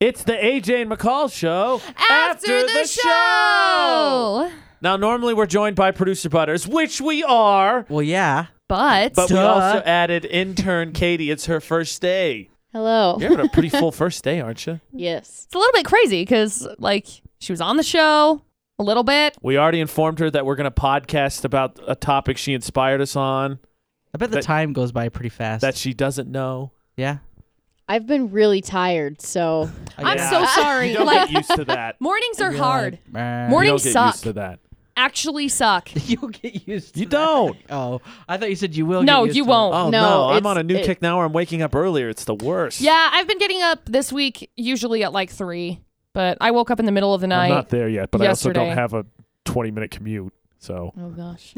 It's the AJ and McCall show After, the, show. Now, normally we're joined by producer Butters, which we are, Well, yeah. But, but we Duh. also added intern Katie. It's her first day. hello. You're having a pretty full first day, aren't you? Yes. It's a little bit crazy because, like, she was on the show a little bit. We already informed her that we're going to podcast about a topic she inspired us on I bet the That- time goes by pretty fast. that she doesn't know. yeah. I've been really tired, so I'm Yeah. so sorry. You don't like, get used to that. mornings are You're hard. like, "Meh." You Morning- don't get suck. used to that. Actually, suck. You'll get used to You that. don't. Oh, I thought you said you will. No, get used you to it. won't. Oh, No, no. I'm it's- on a new it- kick now where I'm waking up earlier. It's the worst. Yeah, I've been getting up this week usually at like three, but I woke up in the middle of the I'm night. not there yet, but I also yesterday. don't have a 20 minute commute. So oh gosh,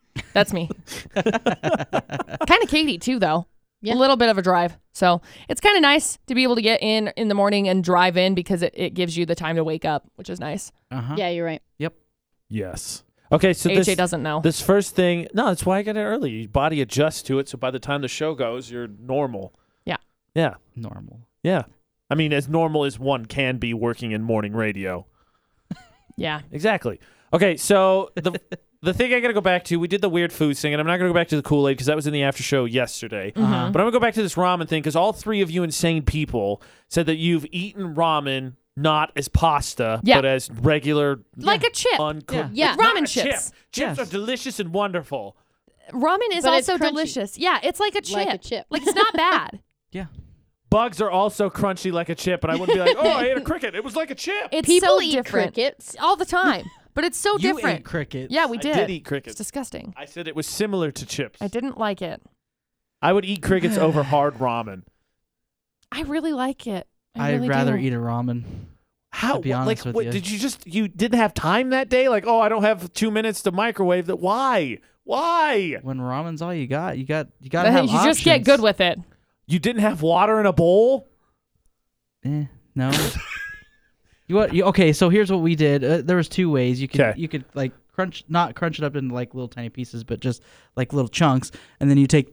That's me. kind of Katie too, though. A Yeah. little bit of a drive, so it's kind of nice to be able to get in in the morning and drive in because it, it gives you the time to wake up, which is nice. Uh-huh. yeah, you're right. yes. Okay, so AJ this, doesn't know. this first thing, no, that's why I got it early. Your body adjusts to it, so by the time the show goes, you're normal. Yeah. Yeah. Normal. Yeah. I mean, as normal as one can be working in morning radio. yeah, Exactly. Okay, so the the thing I got to go back to, we did the weird food thing, and I'm not going to go back to the Kool Aid because that was in the after show yesterday. Mm. Mm-hmm. Uh-huh. But I'm going to go back to this ramen thing because all three of you insane people said that you've eaten ramen not as pasta, Yeah. but as regular like a chip. uncooked. Yeah. Not ramen a chip. chips. Chips Yes. are delicious and wonderful. Ramen is But it's also crunchy. delicious. Yeah, it's like a chip. Like a chip. Like, it's not bad. Yeah. Bugs are also crunchy like a chip, and I wouldn't be like, oh, I ate a cricket. It was like a chip. It's People so eat different crickets. all the time, but it's so you different. ate crickets. yeah, we I did. did eat crickets. It's disgusting. I said it was similar to chips. I didn't like it. I would eat crickets over hard ramen. I really like it. I I'd really rather do. eat a ramen. How? be what- like, honest with what, you. did you just you didn't have time that day? Like, oh, I don't have two minutes to microwave. That why? Why? When ramen's all you got, you got you But gotta have you just get options. good with it. You didn't have water in a bowl? Eh, no. you what? You, okay, so here's what we did. Uh, there was two ways you could 'Kay. you could like crunch, not crunch it up into like little tiny pieces, but just like little chunks, and then you take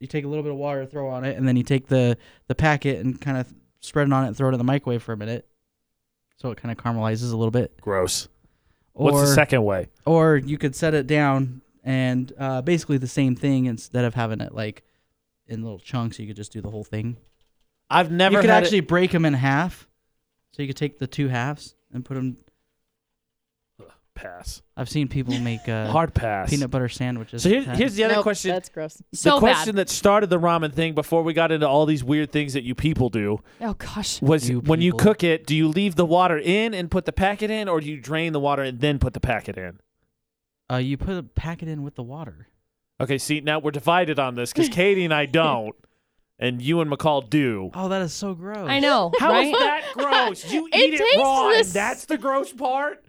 you take a little bit of water, throw on it, and then you take the the packet and kind of spread it on it, and throw it in the microwave for a minute, so it kind of caramelizes a little bit. Gross. Or, What's the second way? Or you could set it down and uh, basically the same thing instead of having it like in little chunks, you could just do the whole thing. I've never you could had it- actually break 'em break them in half. So you could take the two halves and put them. pass. I've seen people make uh, Hard pass. peanut butter sandwiches. so here, with that. here's the other Nope, question. That's gross. So the question bad. that started the ramen thing before we got into all these weird things that you people do oh gosh. was You when you people. cook it, do you leave the water in and put the packet in, or do you drain the water and then put the packet in? uh, you put a packet in with the water. Okay, see, now we're divided on this because Katie and I don't, and you and McCall do. Oh, that is so gross. I know. How is right? that gross? You eat It it, tastes raw, and this- that's the gross part.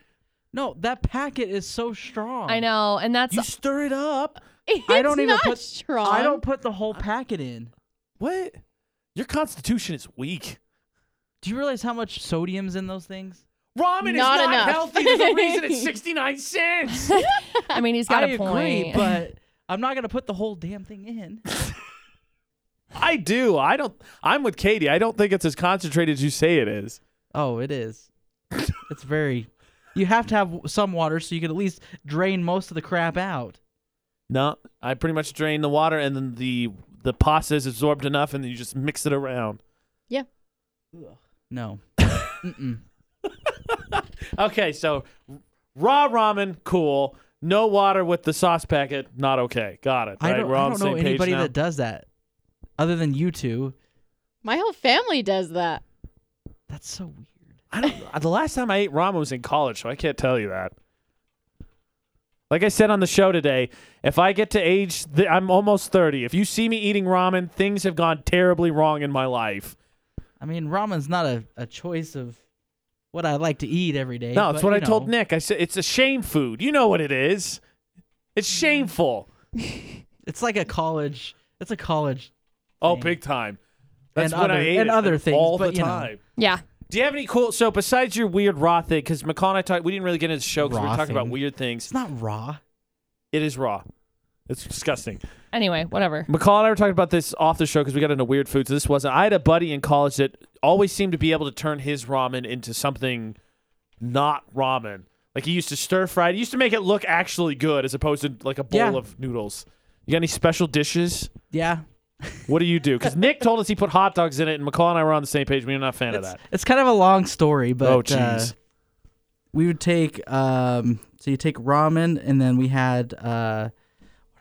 No, that packet is so strong. I know, and that's You stir it up. I don't It's even not put- strong. I don't put the whole packet in. What? Your constitution is weak. Do you realize how much sodium's in those things? Ramen Not is not enough. healthy. There's a reason it's 69 cents. I mean, he's got I a agree, point. but I'm not gonna put the whole damn thing in. I do. I don't. I'm with Katie. I don't think it's as concentrated as you say it is. Oh, it is. it's very. You have to have some water so you can at least drain most of the crap out. No, I pretty much drain the water, and then the the pasta is absorbed enough, and then you just mix it around. No. Mm-mm. Okay, so raw ramen, cool. No water with the sauce packet, not okay. Got it. I right? don't, We're I on don't the know same page anybody now. that does that other than you two. My whole family does that. That's so weird. I don't. uh, the last time I ate ramen was in college, so I can't tell you that. Like I said on the show today, if I get to age, th- I'm almost thirty. If you see me eating ramen, things have gone terribly wrong in my life. I mean, ramen's not a, a choice of what I like to eat every day. No, it's but, what you I told know, Nick. I said it's a shame food. You know what it is? It's Mm-hmm. shameful. It's like a college. It's a college. Oh, Thing. big time. That's And when I other- ate and it, other like, things, all but, the you know. time. yeah. Do you have any cool? So besides your weird raw thing, because McCall and I talked, we didn't really get into the show because we Raw were talking about thing. weird things. It's not raw. It is raw. It's disgusting. Anyway, whatever. McCall and I were talking about this off the show because we got into weird foods. This wasn't. I had a buddy in college that always seemed to be able to turn his ramen into something not ramen. Like he used to stir fry. it. He used to make it look actually good as opposed to like a bowl Yeah. of noodles. You got any special dishes? Yeah. What do you do? Because Nick told us he put hot dogs in it, and McCall and I were on the same page. We were not a fan of It's, that. it's kind of a long story, but oh, uh, jeez. we would take um so you take ramen and then we had uh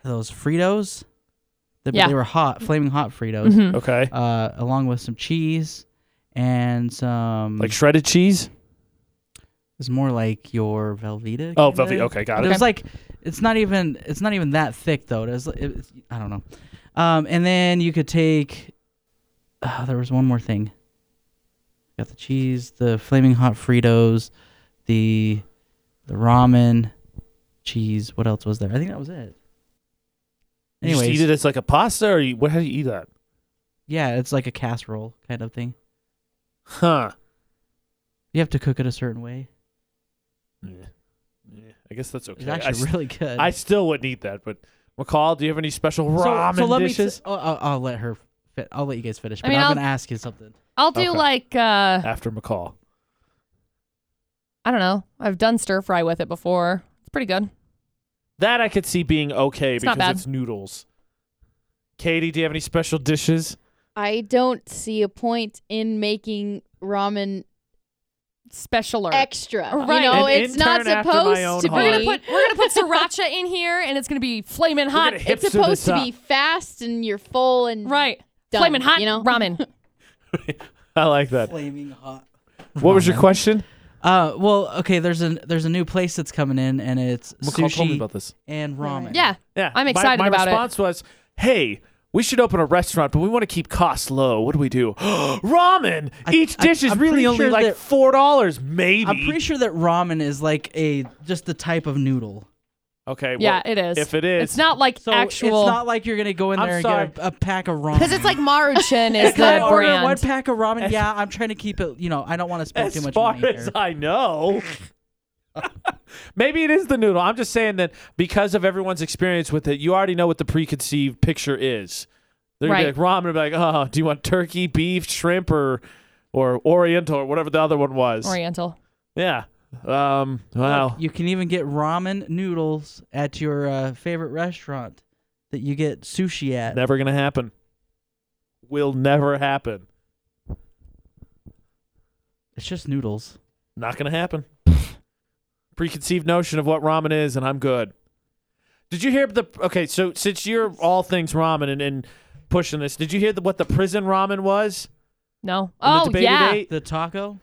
what are those Fritos? They, but Yeah. they were hot, flaming hot Fritos. Mhm. okay. Uh along with some cheese and some Like shredded cheese? it's more like your Velveeta. Oh, kinda. velvet. Okay, got But it it. was like it's not even it's not even that thick though. It was, it, it's- I don't know. Um, and then you could take. ah, there was one more thing. Got the cheese, the flaming hot Fritos, the the ramen, cheese. What else was there? I think that was it. you just eat Anyways, it as like a pasta, or you, what, how do you eat that? yeah, it's like a casserole kind of thing. Huh. You have to cook it a certain way. Yeah. Yeah. I guess that's okay. It's I actually really good. I still wouldn't eat that, but McCall, do you have any special ramen let me. dishes? s- oh, I'll, I'll let her. Fit. I'll let you guys finish. I But mean, I'm I'll- gonna ask you something. I'll do Okay. like uh After McCall. I don't know. I've done stir fry with it before. It's pretty good. That I could see being okay It's not because bad. it's noodles. Katie, do you have any special dishes? I don't see a point in making ramen Special or extra. Right. You know, An it's not intern after my supposed own to be. heart. We're gonna put we're gonna put sriracha in here, and it's gonna be flaming hot. gonna hip- it's hipster supposed this to up. be fast and you're full and right, Done, flaming hot you know? ramen. I like that. Flaming hot. What was your Ramen. question? Uh, well, okay. There's a there's a new place that's coming in, and it's McCall told me sushi about this. and ramen. Yeah, Yeah. I'm my- excited my, about it. response was, hey, we should open a restaurant, but we want to keep costs low. What do we do? ramen! I- Each I- dish is I'm really pretty only sure like that- $4, maybe. I'm pretty sure that ramen is like a just the type of noodle. okay, well, yeah, it is. If it is. it's not like So actual it's not like you're gonna go in I'm there and sorry. get a, a pack of ramen. because it's like Maruchan is Can I the order one brand. pack of ramen? Yeah, I'm trying to keep it. You know, I don't want to spend as too much far money here. as I know. Maybe it is the noodle. I'm just saying that because of everyone's experience with it, you already know what the preconceived picture is. They're gonna Right. be like ramen, they'll be like, oh, do you want turkey, beef, shrimp, or or Oriental or whatever the other one was? Oriental. Yeah. Um. Wow. You can even get ramen noodles at your uh, favorite restaurant that you get sushi at. Never gonna happen. Will never happen. It's just noodles. Not gonna happen. Preconceived notion of what ramen is, and I'm good. Did you hear the? Okay, so since you're all things ramen and, and pushing this, did you hear the, what the prison ramen was? No. And the Oh debate yeah. it ate? The taco.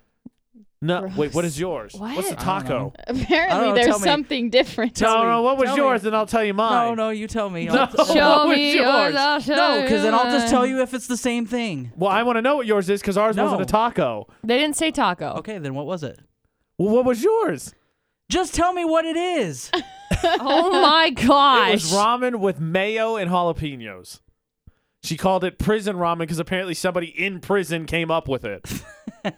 No, wait. What Gross. is yours? What's What? the I don't taco? know. Apparently know, tell there's me. something different. No, no. What was Tell me. yours? And I'll tell you No, mine. no, you tell me. No. I'll just- What Show was me yours? yours. I'll show No, you because then I'll just mine. tell you if it's the same thing. Well, I want to know what yours is because ours No. wasn't a taco. They didn't say taco. Okay, then what was it? Well, what was yours? Just tell me what it is. Oh my gosh. It was ramen with mayo and jalapenos. She called it prison ramen because apparently somebody in prison came up with it.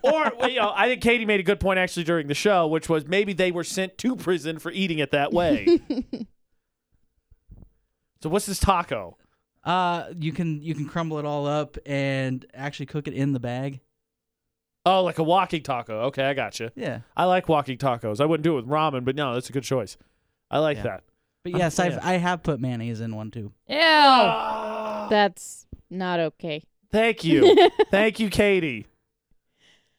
or well, you know, I think Katie made a good point actually during the show, which was maybe they were sent to prison for eating it that way. so what's this taco? Uh, you can you can crumble it all up and actually cook it in the bag. Oh, like a walking taco. Okay, I gotcha. Yeah, I like walking tacos. I wouldn't do it with ramen, but no, that's a good choice. I like Yeah. that. but Oh, yes, I've yeah. I have put mayonnaise in one too. Ew. That's not okay. Ah, Thank you. Thank you, Katie.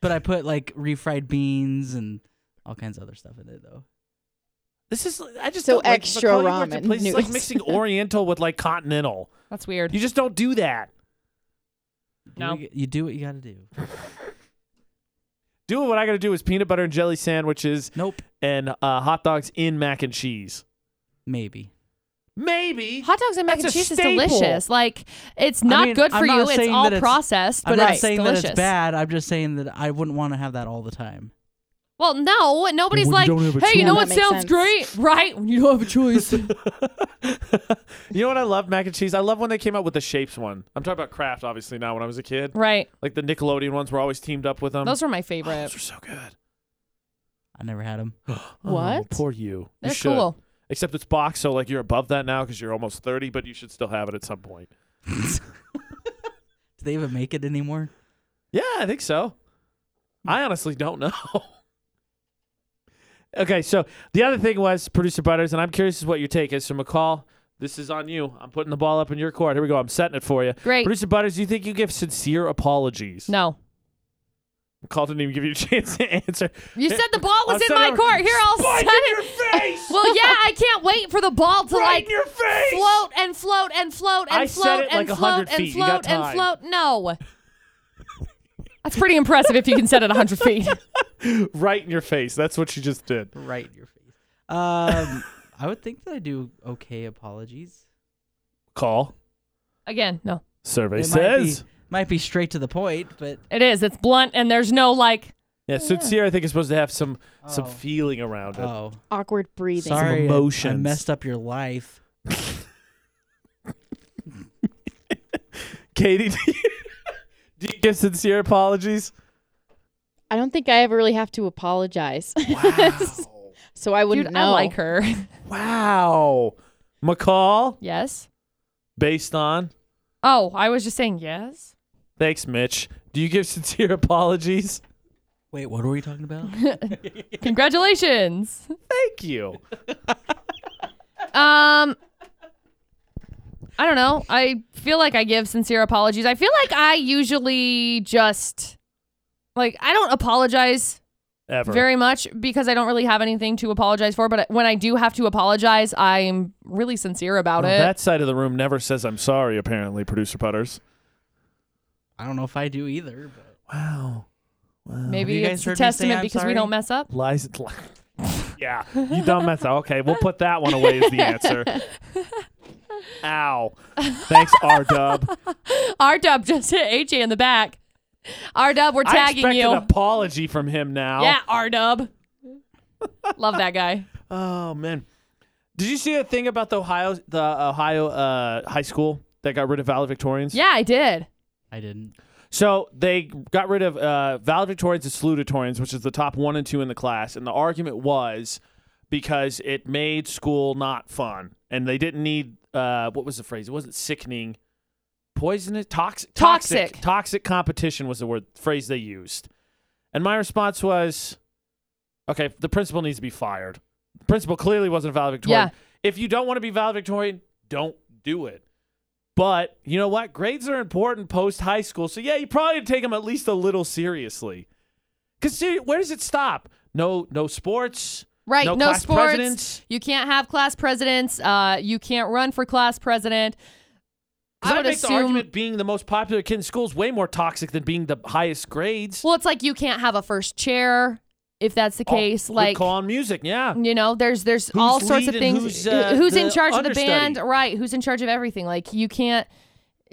But I put like refried beans and all kinds of other stuff in it though. This is I just So don't, like, extra Nicole, you worked at ramen places, like noodles. mixing Oriental with like Continental. That's weird. You just don't do that. Do No. what you- you do what you got to do. Do what I got to do is peanut butter and jelly sandwiches Nope, and uh, hot dogs in mac and cheese. maybe. Maybe. Hot dogs and mac and That's a cheese is staple. delicious. Like it's not mean, good for I'm not you. saying it's all that it's- processed, I'm but not it's saying delicious. that it's bad. I'm just saying that I wouldn't want to have that all the time. Well, no, nobody's When you like, don't have a hey, you choice." know Yeah, what that makes sounds sense. great, right? When you don't have a choice. you know what I love mac and cheese? I love when they came out with the shapes one. I'm talking about Kraft, obviously now. When I was a kid, right. like the Nickelodeon ones were always teamed up with them. Those were my Oh, those favorite. were so good. I never had them. Oh, What? poor you. You They're should. cool. except it's boxed, so like you're above that now because you're almost 30, but you should still have it at some point. Do they even make it anymore? Yeah, I think so. I honestly don't know. okay, so the other thing was producer Butters, and I'm curious as what your take is. So McCall, this is on you. I'm putting the ball up in your court. Here we go. I'm setting it for you. Great. Producer Butters, do you think you give sincere apologies? No. McCall didn't even give you a chance to answer. You said the ball I'll was in set my it- court. Here, I'll Spike set in it. your face! Well, yeah, I can't wait for the ball to right like in your face! float and float and float and I said float it like and a float hundred and feet. You float got and time. float. No. That's pretty impressive if you can set it 100 feet. Right in your face. That's what she just did. Right in your face. Um, I would think that I do okay apologies. Call. Again, no. Survey It might be- says. might be straight to the point, but It is. It's blunt and there's no like Yeah, sincere, I think, is supposed to have some some Oh. feeling around it. oh, Awkward breathing. Some sorry, I- I emotions. messed up your life. Katie, do you, do you give sincere apologies? I don't think I ever really have to apologize, Wow. so I wouldn't dude, know. I like her. wow. McCall, yes. based on. Oh, I was just saying yes. Thanks, Mitch. Do you give sincere apologies? Wait, what were we talking about? Congratulations. Thank you. Um I don't know. I feel like I give sincere apologies. I feel like I usually just like I don't apologize Ever. very much because I don't really have anything to apologize for. But when I do have to apologize, I'm really sincere about Well, it. that side of the room never says I'm sorry, apparently, producer Putters. I don't know if I do either. But Wow. wow. Maybe you guys it's a heard me say testament I'm because we sorry? don't mess up. Lies. yeah. You don't mess up. Okay, we'll put that one away as the answer. Ow. Thanks, R Dub. R Dub just hit AJ in the back. R Dub, we're I tagging expect you. an apology from him now. Yeah, R Dub. Love that guy. Oh man, did you see the thing about the Ohio the Ohio uh, high school that got rid of valedictorians? Yeah, I did. I didn't. So they got rid of uh, valedictorians and salutatorians, which is the top one and two in the class, and the argument was because it made school not fun, and they didn't need uh, what was the phrase? It wasn't sickening, poisonous, toxic, Toxic. toxic, toxic competition was the word phrase they used, and my response was, okay, the principal needs to be fired. The principal clearly wasn't valedictorian. Yeah. If you don't want to be valedictorian, don't do it. But you know what? Grades are important post high school. So yeah, you probably take them at least a little seriously. Cause see, where does it stop? No, no sports. Right, No no, class sports. presidents? You can't have class presidents. Uh, you can't run for class president. 'Cause I would make the assume. argument being the most popular kid in school is way more toxic than being the highest grades. well, it's like you can't have a first chair if that's the Oh, case. good like call on music, yeah. you know there's there's Who's all sorts of lead and things who's, Who- uh, who's in the charge of the understudy? band right who's in charge of everything like you can't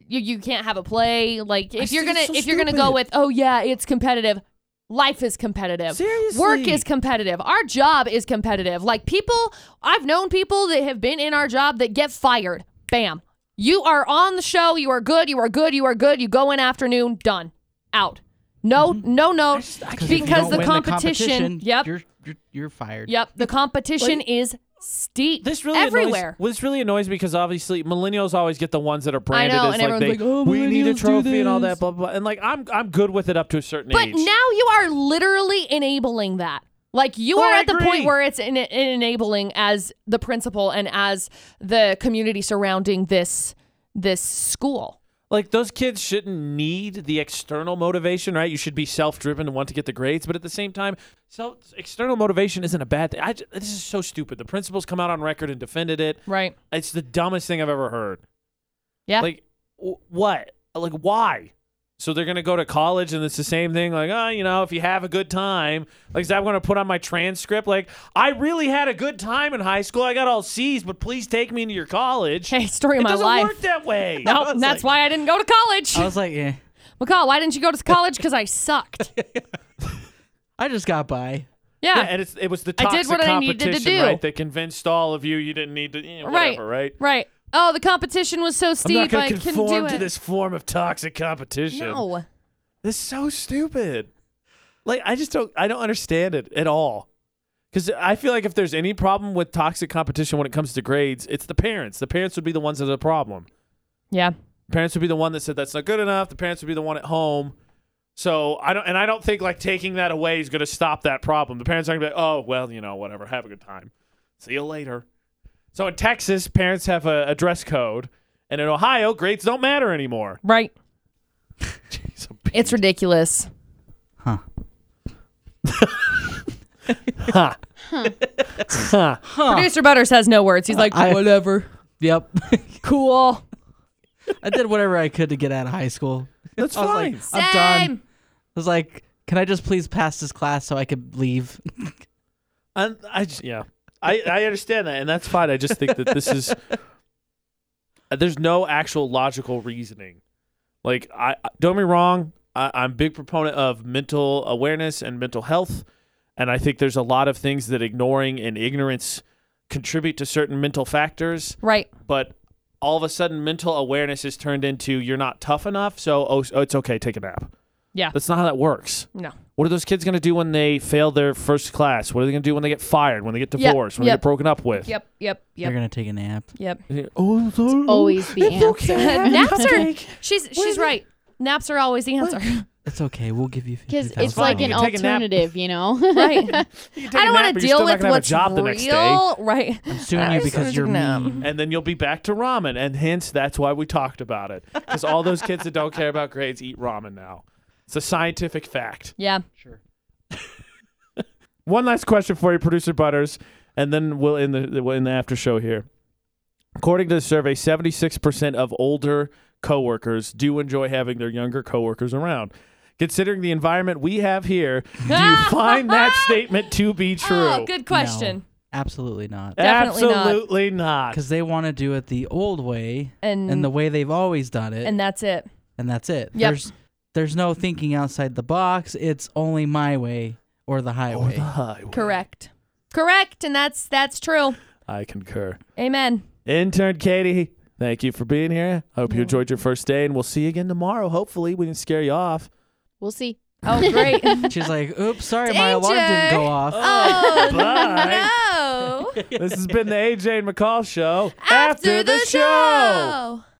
you, you can't have a play like if you're see, it's gonna so if you're gonna go stupid. with oh yeah it's competitive life is competitive work Seriously. is competitive our job is competitive like people i've known people that have been in our job that get fired bam you are on the show you are good you are good you are good you go in afternoon done out no Mm-hmm. no no if you because don't the win competition, yep you're, you're you're fired. Yep, the competition is steep. This really everywhere. Annoys, well, this really annoys me because obviously millennials always get the ones that are branded know, as and like they everyone's like, "Oh, we need a millennials do trophy and all that this." blah blah. blah. And like I'm I'm good with it up to a certain but age. now you are literally enabling that. Like you Oh, are I at the agree. point where it's in, in enabling as the principal and as the community surrounding this this school. like those kids shouldn't need the external motivation, right? You should be self-driven and want to get the grades, but at the same time, self external motivation isn't a bad thing. I ju- this is so stupid. The principal's come out on record and defended it. Right. It's the dumbest thing I've ever heard. Yeah. Like w- what? Like why? So they're gonna go to college and it's the same thing. Like oh, you know, if you have a good time, like is that going to put on my transcript? Like I really had a good time in high school. I got all C's, but please take me into your college. Hey, story of it my doesn't life. work that way. No, that's why I didn't go to college. I was like, eh, McCall, why didn't you go to college? Because I sucked. I just got by. Yeah, Yeah. and it's, it was the I did toxic what I needed to competition, do. right? That convinced all of you you didn't need to, eh, right. whatever, right? Right. Oh, the competition was so I'm not steep. going I to couldn't do conform it. to this form of toxic competition. no. This is so stupid. Like I just don't I don't understand it at all. Because I feel like if there's any problem with toxic competition when it comes to grades, it's the parents. The parents would be the ones that are the problem. Yeah. parents would be the one that said that's not good enough. The parents would be the one at home. So I don't, and I don't think like taking that away is going to stop that problem. The parents aren't going to be like, oh well, you know, whatever, have a good time, see you later. So in Texas, parents have a, a dress code, and in Ohio, grades don't matter anymore. Right. Jeez, I'm It's ridiculous. Huh. Ha. Ha. Producer Butters has no words. He's like, I- whatever. Yep. Cool. I did whatever I could to get out of high school. That's I was like, fine. I'm done. Same. I was like, can I just please pass this class so I could leave? And I, j- yeah, I, I understand that, and that's fine. I just think that this is there's no actual logical reasoning. Like, I I- don't get me wrong. I, I'm a big proponent of mental awareness and mental health, and I think there's a lot of things that ignoring and ignorance contribute to certain mental factors. Right. But all of a sudden, mental awareness is turned into you're not tough enough, so oh, so it's okay, take a nap. Yeah. that's not how that works. No. What are those kids going to do when they fail their first class? What are they going to do when they get fired, when they get Yep, divorced, when yep. they get broken up with? Yep. Yep. You're Yep. gonna take a nap. Yep. Oh, it's always the it's answer. Okay. Naps It's are- okay. She's she's right. Naps are always the answer. It's okay. We'll give you fifty Because thousand. it's like You an can take a nap. alternative, you know? You right. take I a don't nap, want to but you're deal still not with gonna have a what's job real. the next day. Right. I'm suing you because you're mean. And then you'll be back to ramen, and hence that's why we talked about it. Because all those kids that don't care about grades eat ramen now. It's a scientific fact. Yeah. One last question for you, producer Butters, and then we'll end the we'll end the after show here. According to the survey, seventy six percent of older coworkers do enjoy having their younger coworkers around. Considering the environment we have here, do you find that statement to be true? Oh, good question. Absolutely not. Definitely not. Absolutely not. Because they want to do it the old way And Mm. and the way they've always done it, and, and that's it. that's it. Yep. There's there's no thinking outside the box. It's only my way or the Or highway. the highway. Correct. Correct. And that's that's true. I concur. Amen. Intern Katie, thank you for being here. Hope you enjoyed your first day, and we'll see you again tomorrow. Hopefully, we didn't scare you off. We'll see. Oh great. She's like, oops, sorry, my alarm didn't Danger. go off. oh Bye. no. this has been the AJ and McCall show After the show.